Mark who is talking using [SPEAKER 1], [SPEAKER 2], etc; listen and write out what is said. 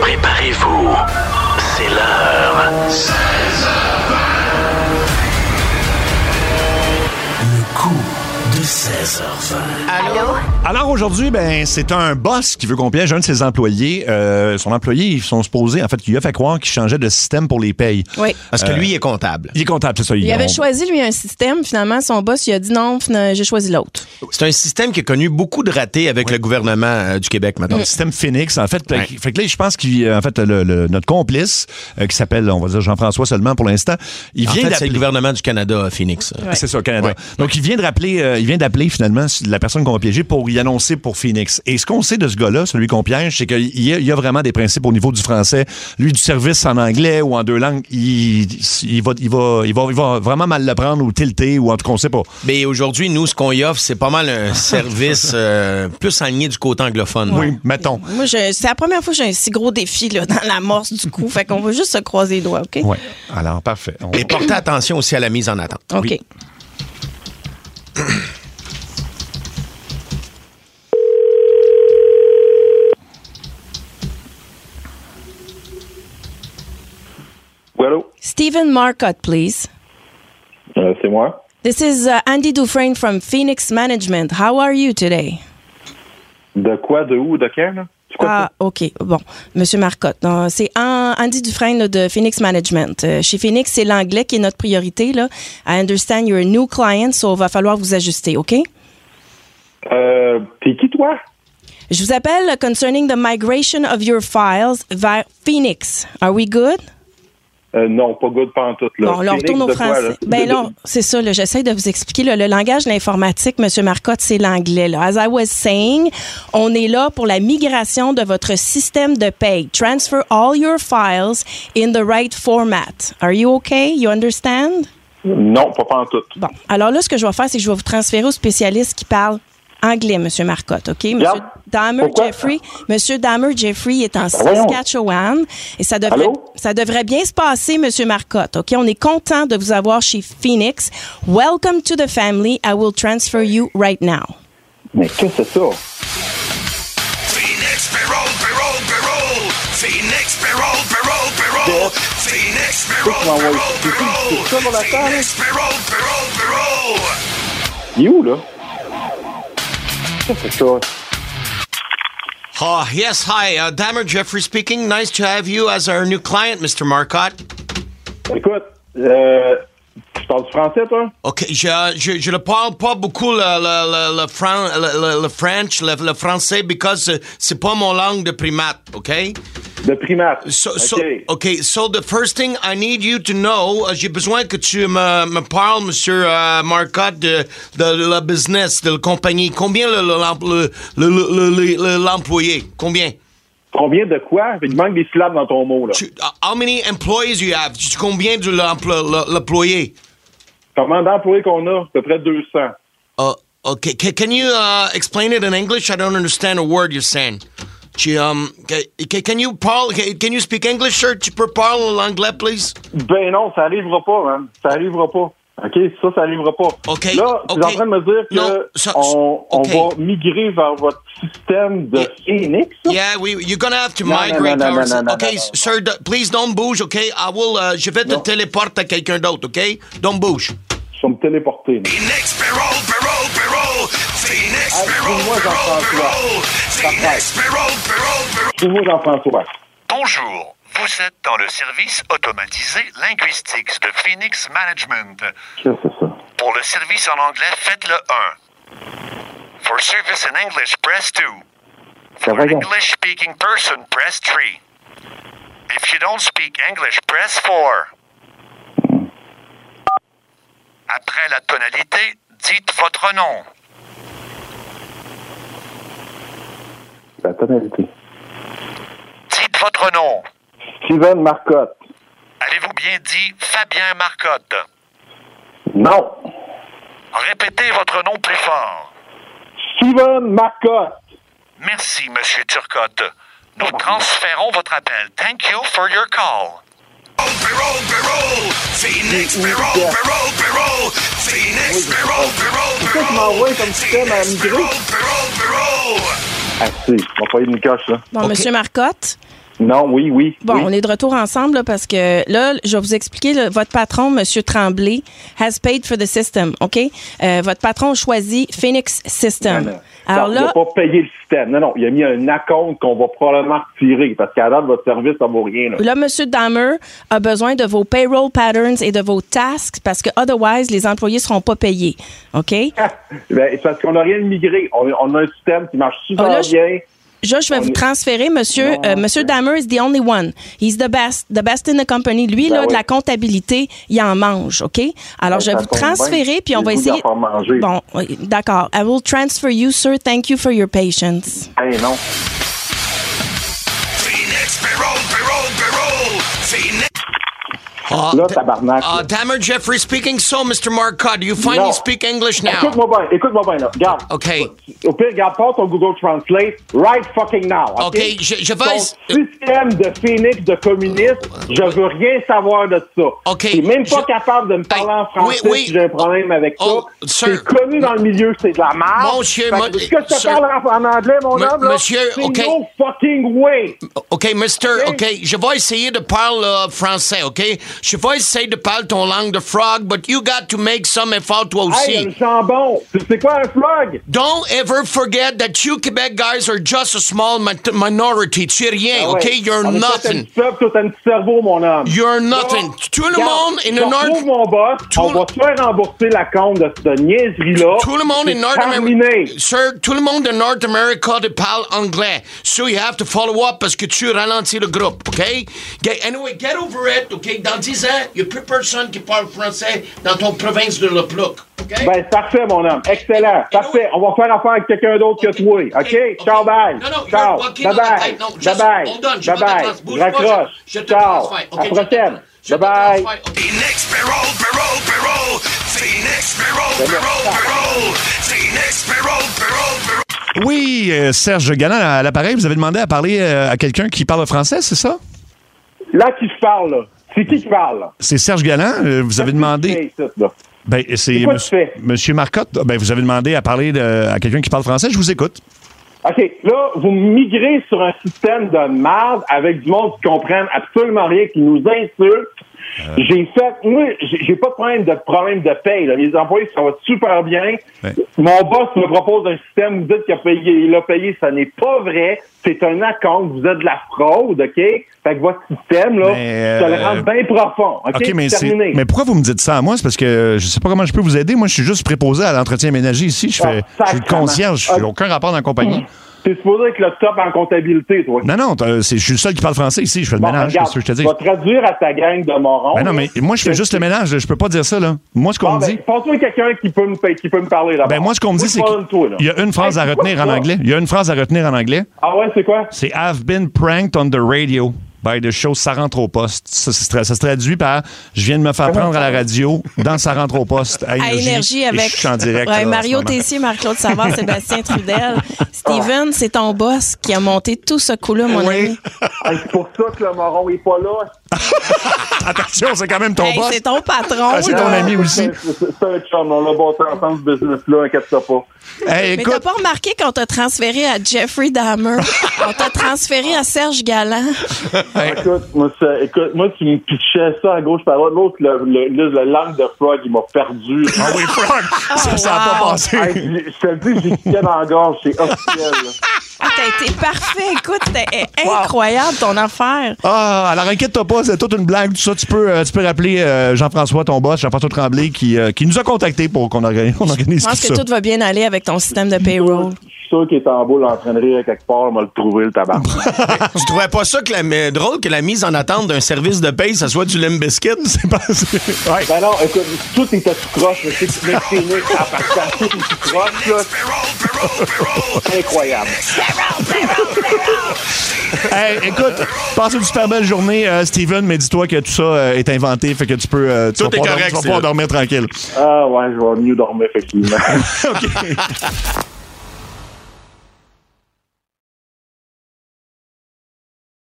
[SPEAKER 1] Préparez-vous, c'est l'heure. Le coup de 16h20.
[SPEAKER 2] Allô?
[SPEAKER 3] Alors aujourd'hui, ben c'est un boss qui veut qu'on piège un de ses employés. Euh, son employé, ils sont supposés, en fait, qu'il a fait croire qu'il changeait de système pour les payes. Euh,
[SPEAKER 4] Oui.
[SPEAKER 5] Parce que lui, il est comptable.
[SPEAKER 3] Il est comptable, c'est ça.
[SPEAKER 4] Il avait
[SPEAKER 3] on-
[SPEAKER 4] choisi, lui, un système. Finalement, son boss, il a dit non, fina- j'ai choisi l'autre.
[SPEAKER 5] C'est un système qui a connu beaucoup de ratés avec le gouvernement euh, du Québec, maintenant.
[SPEAKER 3] Le système Phoenix, en fait. Fait que- Fait que là, je pense qu'il, euh, en fait, le- le- notre complice, euh, qui s'appelle, on va dire Jean-François seulement pour l'instant, il vient
[SPEAKER 5] En fait, c'est le
[SPEAKER 3] d'appeler.
[SPEAKER 5] gouvernement du Canada, à Phoenix.
[SPEAKER 3] Ah, C'est ça, au Canada.
[SPEAKER 5] Ouais.
[SPEAKER 3] Donc, il vient de rappeler, euh, il vient d'appeler finalement la personne qu'on va piéger pour y annoncer pour Phoenix. Et ce qu'on sait de ce gars-là, celui qu'on piège, c'est qu'il y a, il y a vraiment des principes au niveau du français. Lui, du service en anglais ou en deux langues, il, il va, il, va, il, va, il va vraiment mal le prendre ou tilter ou en tout cas, on sait pas.
[SPEAKER 5] Mais aujourd'hui, nous, ce qu'on y offre, c'est pas mal un service euh, plus aligné du côté anglophone.
[SPEAKER 3] Oui, mettons.
[SPEAKER 4] Moi, je- c'est la première fois que j'ai un si gros défi là, dans l'amorce du coup. fait qu'on va juste se croiser les doigts, OK?
[SPEAKER 3] Ouais. Alors, parfait. On-
[SPEAKER 5] Et portez attention aussi à la mise en attente.
[SPEAKER 4] OK.
[SPEAKER 6] Oui, allô?
[SPEAKER 4] Stephen Marcotte, please.
[SPEAKER 6] Euh, c'est moi.
[SPEAKER 4] This is uh, Andy Dufresne from Phoenix Management. How are you today?
[SPEAKER 6] De quoi, de où, de quand, là? C'est quoi
[SPEAKER 4] Ah, OK. Bon, Monsieur Marcotte, non, c'est An- Andy Dufresne là, de Phoenix Management. Euh, chez Phoenix, c'est l'anglais qui est notre priorité. Là. I understand you're a new client, so va falloir vous ajuster, OK?
[SPEAKER 6] ça? Euh, t'es qui, toi?
[SPEAKER 4] Je vous appelle concerning the migration of your files vers Phoenix. Are we good?
[SPEAKER 6] Euh, non, pas good pantoute, là.
[SPEAKER 4] Bon, là, on
[SPEAKER 6] Phoenix,
[SPEAKER 4] retourne au
[SPEAKER 6] de quoi,
[SPEAKER 4] français.
[SPEAKER 6] là?
[SPEAKER 4] ben là, on- c'est ça, là, j'essaie de vous expliquer. là, le langage de l'informatique, M. Marcotte, c'est l'anglais. là. As I was saying, on est là pour la migration de votre système de paye. Transfer all your files in the right format. Are you okay? You understand?
[SPEAKER 6] Non, pas pantoute.
[SPEAKER 4] Bon, alors là, ce que je vais faire, c'est que je vais vous transférer au spécialiste qui parle anglais, M. Marcotte, OK? M.
[SPEAKER 6] Yep.
[SPEAKER 4] Dahmer
[SPEAKER 6] Pourquoi?
[SPEAKER 4] Jeffrey, M. Dahmer Jeffrey est en
[SPEAKER 6] voyons.
[SPEAKER 4] Saskatchewan et ça devrait,
[SPEAKER 6] Allô?
[SPEAKER 4] ça devrait bien se passer, M. Marcotte, OK? On est content de vous avoir chez Phoenix. Welcome to the family. I will transfer you right now.
[SPEAKER 6] Mais qu'est-ce que c'est ça?
[SPEAKER 7] Phoenix Payroll, Payroll, Payroll. Phoenix Payroll, Payroll, Payroll. Phoenix Payroll,
[SPEAKER 6] Qu'est-ce qu'on va-
[SPEAKER 7] Payroll,
[SPEAKER 6] c'est- c'est- c'est ça dans
[SPEAKER 7] Payroll.
[SPEAKER 6] la salle?
[SPEAKER 7] Phoenix Payroll, Payroll, Payroll.
[SPEAKER 6] Il est où, là? Qu'est-ce que c'est ça?
[SPEAKER 5] Ah, yes, hi. Uh, Damer Jeffrey speaking. Nice to have you as our new client, Mr. Marcotte.
[SPEAKER 6] Écoute, euh, tu parles du français, toi?
[SPEAKER 5] OK, je, je, je ne parle pas beaucoup le, le, le, le, fran- le, le- le French, le, le français, because euh, c'est pas mon langue de primate, OK?
[SPEAKER 6] De primate.
[SPEAKER 5] So,
[SPEAKER 6] OK.
[SPEAKER 5] so, okay, so the first thing I need you to know, euh, j'ai besoin que tu me, me parles, Monsieur euh, Marcotte, de, de la business, de la compagnie. Combien le- le- l'em- le- le- le- le- le- l'employé? Combien?
[SPEAKER 6] Combien de quoi? Il manque des syllabes dans ton mot, là.
[SPEAKER 5] Tu- uh, how many employees you have? Tu- Combien de l'emplo- le- l'employé?
[SPEAKER 6] Comment d'employés qu'on a? À peu près 200.
[SPEAKER 5] Uh, okay, ca- can you uh, explain it in English? I don't understand a word you're saying. Tu, um, ca- ca- can you parle, ca- can you speak English, sir? Tu peux parler en anglais, please?
[SPEAKER 6] Ben non, ça arrivera pas, hein. Ça arrivera pas. OK, ça, ça arrivera pas.
[SPEAKER 5] OK,
[SPEAKER 6] Là, tu es en
[SPEAKER 5] OK.
[SPEAKER 6] train de me dire que
[SPEAKER 5] Non, ça-
[SPEAKER 6] on, on
[SPEAKER 5] OK.
[SPEAKER 6] va migrer vers votre système de
[SPEAKER 5] Yeah.
[SPEAKER 6] Phoenix.
[SPEAKER 5] Yeah, we, you're gonna have to
[SPEAKER 6] No, no,
[SPEAKER 5] migrate
[SPEAKER 6] no, no,
[SPEAKER 5] ours.
[SPEAKER 6] no, no, no,
[SPEAKER 5] okay,
[SPEAKER 6] no, no.
[SPEAKER 5] sir, d- please don't bouge, okay? I will, uh, je vais te
[SPEAKER 6] No.
[SPEAKER 5] téléporter à quelqu'un d'autre, okay? Don't bouge.
[SPEAKER 6] Je vais me téléporter. là.
[SPEAKER 7] Phoenix Payroll, Payroll, Payroll. Phoenix
[SPEAKER 6] Ah,
[SPEAKER 7] Payroll,
[SPEAKER 6] excuse-moi,
[SPEAKER 7] Payroll,
[SPEAKER 6] Jean-François.
[SPEAKER 7] Payroll. Phoenix Payroll, Payroll, Payroll.
[SPEAKER 6] Trouve-moi Jean-François.
[SPEAKER 8] Bonjour, vous êtes dans le service automatisé linguistique de Phoenix Management.
[SPEAKER 6] Qu'est-ce que c'est ça?
[SPEAKER 8] Pour le service en anglais, faites le 1. For service in English, press 2.
[SPEAKER 6] Ça
[SPEAKER 8] For
[SPEAKER 6] va, gars.
[SPEAKER 8] English speaking person, press 3. If you don't speak English, press 4. Après la tonalité, dites votre nom.
[SPEAKER 6] La tonalité.
[SPEAKER 8] Dites votre nom.
[SPEAKER 6] Steven Marcotte.
[SPEAKER 8] Avez-vous bien dit Fabien Marcotte?
[SPEAKER 6] Non.
[SPEAKER 8] Répétez votre nom plus fort.
[SPEAKER 6] Steven Marcotte.
[SPEAKER 8] Merci, Monsieur Turcotte. Nous transférons votre appel. Thank you for your call.
[SPEAKER 7] Payroll, Payroll. Phoenix
[SPEAKER 6] Oui,
[SPEAKER 7] Payroll,
[SPEAKER 6] yeah.
[SPEAKER 7] Payroll, Payroll. Phoenix Payroll, Payroll,
[SPEAKER 6] Pourquoi tu
[SPEAKER 7] Payroll.
[SPEAKER 6] m'envoies comme système à
[SPEAKER 7] Phoenix
[SPEAKER 6] migrer?
[SPEAKER 7] Payroll, Payroll, Payroll.
[SPEAKER 6] Ah, si. On va pas y une coche, là.
[SPEAKER 4] Bon, M. Marcotte,
[SPEAKER 6] Non, oui, oui.
[SPEAKER 4] Bon,
[SPEAKER 6] oui.
[SPEAKER 4] on est de retour ensemble là, parce que là, je vais vous expliquer. là, votre patron, M. Tremblay, has paid for the system, OK? Euh, votre patron choisit Phoenix System.
[SPEAKER 6] Non, non.
[SPEAKER 4] Alors
[SPEAKER 6] Non,
[SPEAKER 4] là,
[SPEAKER 6] Il n'a pas payé le système. Non, non. Il a mis un acompte qu'on va probablement retirer parce qu'à date, votre service, ça vaut rien. Là.
[SPEAKER 4] là, M. Dahmer a besoin de vos payroll patterns et de vos tasks parce que otherwise, les employés seront pas payés, OK?
[SPEAKER 6] Ben, c'est parce qu'on n'a rien de migré. On, on a un système qui marche super
[SPEAKER 4] Ah, là, je-
[SPEAKER 6] bien.
[SPEAKER 4] Là, je vais vous transférer, monsieur.
[SPEAKER 6] Non,
[SPEAKER 4] euh, monsieur Dahmer is the only one. He's the best. The best in the company. Lui,
[SPEAKER 6] Ben
[SPEAKER 4] là, de
[SPEAKER 6] oui.
[SPEAKER 4] la comptabilité, il en mange, OK? Alors,
[SPEAKER 6] Ben,
[SPEAKER 4] je vais
[SPEAKER 6] ça
[SPEAKER 4] vous
[SPEAKER 6] tombe
[SPEAKER 4] transférer,
[SPEAKER 6] bien.
[SPEAKER 4] puis on
[SPEAKER 6] J'ai
[SPEAKER 4] va
[SPEAKER 6] le goût d'en
[SPEAKER 4] essayer.
[SPEAKER 6] faire manger.
[SPEAKER 4] Bon, oui, d'accord. I will transfer you, sir. Thank you for your patience.
[SPEAKER 6] Hey, non.
[SPEAKER 7] Phoenix Payroll, Payroll, Payroll, Phoenix.
[SPEAKER 5] Ah,
[SPEAKER 4] ben,
[SPEAKER 6] Là, tabarnak.
[SPEAKER 5] ah, Tamer Jeffrey speaking. So, Mr. Marcotte, you finally
[SPEAKER 6] Non.
[SPEAKER 5] speak English now.
[SPEAKER 6] Écoute-moi bien, écoute-moi bien, là. Regarde.
[SPEAKER 5] OK.
[SPEAKER 6] Au pire, regarde, pas ton Google Translate right fucking now. OK,
[SPEAKER 5] OK, je- je vais-
[SPEAKER 6] Ton système de phénix de communiste, je veux rien savoir de ça.
[SPEAKER 5] OK,
[SPEAKER 6] T'es même pas
[SPEAKER 5] je-
[SPEAKER 6] capable de me parler
[SPEAKER 5] Hey,
[SPEAKER 6] en français
[SPEAKER 5] oui, oui.
[SPEAKER 6] si j'ai un problème avec
[SPEAKER 5] Oh,
[SPEAKER 6] ça.
[SPEAKER 5] sir.
[SPEAKER 6] T'es connu dans le milieu, c'est de la merde.
[SPEAKER 5] Monsieur,
[SPEAKER 6] Fait que,
[SPEAKER 5] mo-
[SPEAKER 6] Est-ce que je te
[SPEAKER 5] sir.
[SPEAKER 6] parle en, en anglais, mon
[SPEAKER 5] M-
[SPEAKER 6] homme, là?
[SPEAKER 5] monsieur,
[SPEAKER 6] C'est
[SPEAKER 5] OK.
[SPEAKER 6] no fucking way.
[SPEAKER 5] OK, Mr.
[SPEAKER 6] OK.
[SPEAKER 5] OK, je vais essayer de parler euh, français, OK? Je vais essayer de parler ton langue de frog, but you got to make some effort toi aussi.
[SPEAKER 6] Hey, le jambon. Tu sais quoi, un flog?
[SPEAKER 5] Don't ever forget that you Quebec guys are just a small mi- minority. Tu es rien,
[SPEAKER 6] Ah ouais.
[SPEAKER 5] OK? You're
[SPEAKER 6] En effet, T'as
[SPEAKER 5] nothing.
[SPEAKER 6] une peuple, toi, t'as un petit cerveau, mon homme.
[SPEAKER 5] You're nothing. Tout le monde in the
[SPEAKER 6] je
[SPEAKER 5] North-
[SPEAKER 6] retrouve mon boss.
[SPEAKER 5] Tout
[SPEAKER 6] on
[SPEAKER 5] le-
[SPEAKER 6] va se faire rembourser la compte de cette niaiserie-là.
[SPEAKER 5] Tout le monde
[SPEAKER 6] C'est
[SPEAKER 5] in North
[SPEAKER 6] terminé.
[SPEAKER 5] America, sir, tout le monde in North America te parle anglais. So you have to follow up parce que tu ralentis le groupe, OK? Get- anyway, get over it, OK? Dans 10 ans, il n'y a plus personne qui parle français dans ton province de Le Plouc, OK?
[SPEAKER 6] Ben, c'est parfait, mon homme. Excellent. Parfait. On va faire affaire avec quelqu'un d'autre que toi. OK?
[SPEAKER 5] Okay, okay.
[SPEAKER 6] Ciao, bye.
[SPEAKER 5] No, no,
[SPEAKER 6] Ciao.
[SPEAKER 5] you're walking
[SPEAKER 6] Bye
[SPEAKER 5] on the
[SPEAKER 6] bye.
[SPEAKER 5] tight- no,
[SPEAKER 6] Bye
[SPEAKER 5] just
[SPEAKER 6] bye.
[SPEAKER 5] hold on, je
[SPEAKER 6] Bye
[SPEAKER 5] me
[SPEAKER 6] bye.
[SPEAKER 5] déplace. Bouge pas, je-
[SPEAKER 6] Raccroche.
[SPEAKER 5] je te
[SPEAKER 6] Ciao.
[SPEAKER 5] transfère. OK,
[SPEAKER 6] À la
[SPEAKER 5] je te
[SPEAKER 6] prochaine.
[SPEAKER 5] Je te
[SPEAKER 6] Bye bye.
[SPEAKER 5] transfère, OK?
[SPEAKER 7] Phoenix Payroll, Payroll, Payroll, Phoenix Payroll, Payroll, Payroll, Phoenix Payroll, Payroll, Payroll.
[SPEAKER 3] Oui, euh, Serge Galland, à l'appareil, vous avez demandé à parler euh, à quelqu'un qui parle français, c'est ça?
[SPEAKER 6] Là, qui se parle, là? C'est qui qui parle, là?
[SPEAKER 3] C'est Serge Galland, euh, vous avez demandé...
[SPEAKER 6] Hey, ça, là.
[SPEAKER 3] Ben, c'est
[SPEAKER 6] quoi
[SPEAKER 3] mus-
[SPEAKER 6] tu fais?
[SPEAKER 3] Monsieur Marcotte, ben, vous avez demandé à parler de- à quelqu'un qui parle français, je vous écoute.
[SPEAKER 6] OK, là, vous migrez sur un système de merde avec du monde qui comprennent absolument rien, qui nous insulte.
[SPEAKER 3] Euh.
[SPEAKER 6] J'ai fait, moi, j'ai j'ai pas de problème de problème de paye. là. Les employés, ça va super bien.
[SPEAKER 3] Ouais.
[SPEAKER 6] Mon boss me propose un système, vous dites qu'il a payé, il a payé, ça n'est pas vrai. C'est un account, vous êtes de la fraude, OK? Fait que votre système, là,
[SPEAKER 3] Mais,
[SPEAKER 6] ça le
[SPEAKER 3] euh,
[SPEAKER 6] rend bien profond. OK,
[SPEAKER 3] OK, mais,
[SPEAKER 6] C'est
[SPEAKER 3] c'est-
[SPEAKER 6] terminé.
[SPEAKER 3] mais pourquoi vous me dites ça à moi? C'est parce que euh, je sais pas comment je peux vous aider. Moi, je suis juste préposé à l'entretien ménager ici. Je, fais,
[SPEAKER 6] Ah,
[SPEAKER 3] je suis le
[SPEAKER 6] sacrément.
[SPEAKER 3] concierge, je n'ai
[SPEAKER 6] Ah.
[SPEAKER 3] aucun rapport dans la compagnie.
[SPEAKER 6] T'es supposé être le top en comptabilité, toi.
[SPEAKER 3] Non, non, t'as- euh, c'est- je suis le seul qui parle français ici. Je fais le
[SPEAKER 6] Bon,
[SPEAKER 3] ménage,
[SPEAKER 6] regarde,
[SPEAKER 3] c'est ce que je te dis.
[SPEAKER 6] Va traduire à ta gang de morons.
[SPEAKER 3] Ben non, mais moi, je fais juste le ménage. là. Je peux pas dire ça, là. Moi, ce qu'on
[SPEAKER 6] Ah,
[SPEAKER 3] me
[SPEAKER 6] ben,
[SPEAKER 3] dit...
[SPEAKER 6] Pense-moi quelqu'un qui peut me, pa- qui peut me parler là
[SPEAKER 3] Ben moi, ce qu'on me dit, c'est qu'il y a une phrase à retenir en anglais. Il y a une phrase à retenir en anglais.
[SPEAKER 6] Ah ouais, c'est quoi?
[SPEAKER 3] C'est I've been pranked on the radio by the show Ça rentre au poste. Ça, se tra- ça se traduit par Je viens de me faire prendre à la radio dans Ça rentre au poste à
[SPEAKER 4] À
[SPEAKER 3] Énergie.
[SPEAKER 4] Énergie
[SPEAKER 3] Et
[SPEAKER 4] avec
[SPEAKER 3] Je suis en direct.
[SPEAKER 4] Ouais,
[SPEAKER 3] là, en
[SPEAKER 4] Mario
[SPEAKER 3] ce moment.
[SPEAKER 4] Tessier, Marc-Claude Savard, Sébastien Trudel. Steven, c'est ton boss qui a monté tout ce coup-là, mon ami.
[SPEAKER 6] Ah, c'est pour ça que le moron est pas là.
[SPEAKER 3] Attention, c'est quand même ton
[SPEAKER 4] Hey,
[SPEAKER 3] boss.
[SPEAKER 4] c'est ton patron.
[SPEAKER 3] Ah, c'est
[SPEAKER 4] là.
[SPEAKER 3] ton ami aussi.
[SPEAKER 6] C'est c'est- c'est un chum, on l'a bâti ensemble ce business-là, inquiète-toi pas.
[SPEAKER 3] Hey,
[SPEAKER 4] Mais t'as
[SPEAKER 3] écoute,
[SPEAKER 4] pas remarqué qu'on t'a transféré à Jeffrey Dahmer. On t'a transféré à Serge Galland.
[SPEAKER 3] hey,
[SPEAKER 4] Oh,
[SPEAKER 6] Écoute, moi, ça- écoute, moi, tu me pitchais ça à gauche par l'autre. L'autre, le, le, le, le langue de frog, il m'a perdu.
[SPEAKER 3] ah oui, Frog, ça, ça a
[SPEAKER 4] wow.
[SPEAKER 3] pas passé.
[SPEAKER 6] Hey, je je te le dis, j'ai piqué dans la gorge, c'est officiel. là.
[SPEAKER 4] Ah, t'as été parfait. Écoute, c'était incroyable ton affaire.
[SPEAKER 3] Ah, alors inquiète-toi pas, c'est toute une blague, tout ça. Tu peux, euh, tu peux rappeler euh, Jean-François, ton boss, Jean-François Tremblay, qui, euh, qui nous a contactés pour qu'on organise, on organise
[SPEAKER 4] Je pense
[SPEAKER 3] tout
[SPEAKER 4] que
[SPEAKER 3] ça.
[SPEAKER 4] tout va bien aller avec ton système de payroll.
[SPEAKER 6] Je suis sûr qu'il est en boule en train de rire quelque part, on va le trouver, le tabac.
[SPEAKER 5] Je trouvais pas ça que la, mais drôle que la mise en attente d'un service de paye, ça soit du limb biscuit.
[SPEAKER 3] C'est passé. Ouais.
[SPEAKER 6] Ben non, écoute, tout était tout croche, mais c'est que c'est fini, à partir de tout croche, là,
[SPEAKER 7] Payroll, Payroll, Payroll,
[SPEAKER 6] c'est incroyable.
[SPEAKER 3] Hey, écoute, passe une super belle journée, euh, Steven, mais dis-toi que tout ça euh, est inventé, fait que tu peux, euh, tu
[SPEAKER 5] Tout
[SPEAKER 3] vas
[SPEAKER 5] est
[SPEAKER 3] pouvoir
[SPEAKER 5] correct,
[SPEAKER 3] dormir- tu vas pouvoir dormir tranquille.
[SPEAKER 6] Ah ouais, je vais mieux dormir, effectivement.
[SPEAKER 3] OK.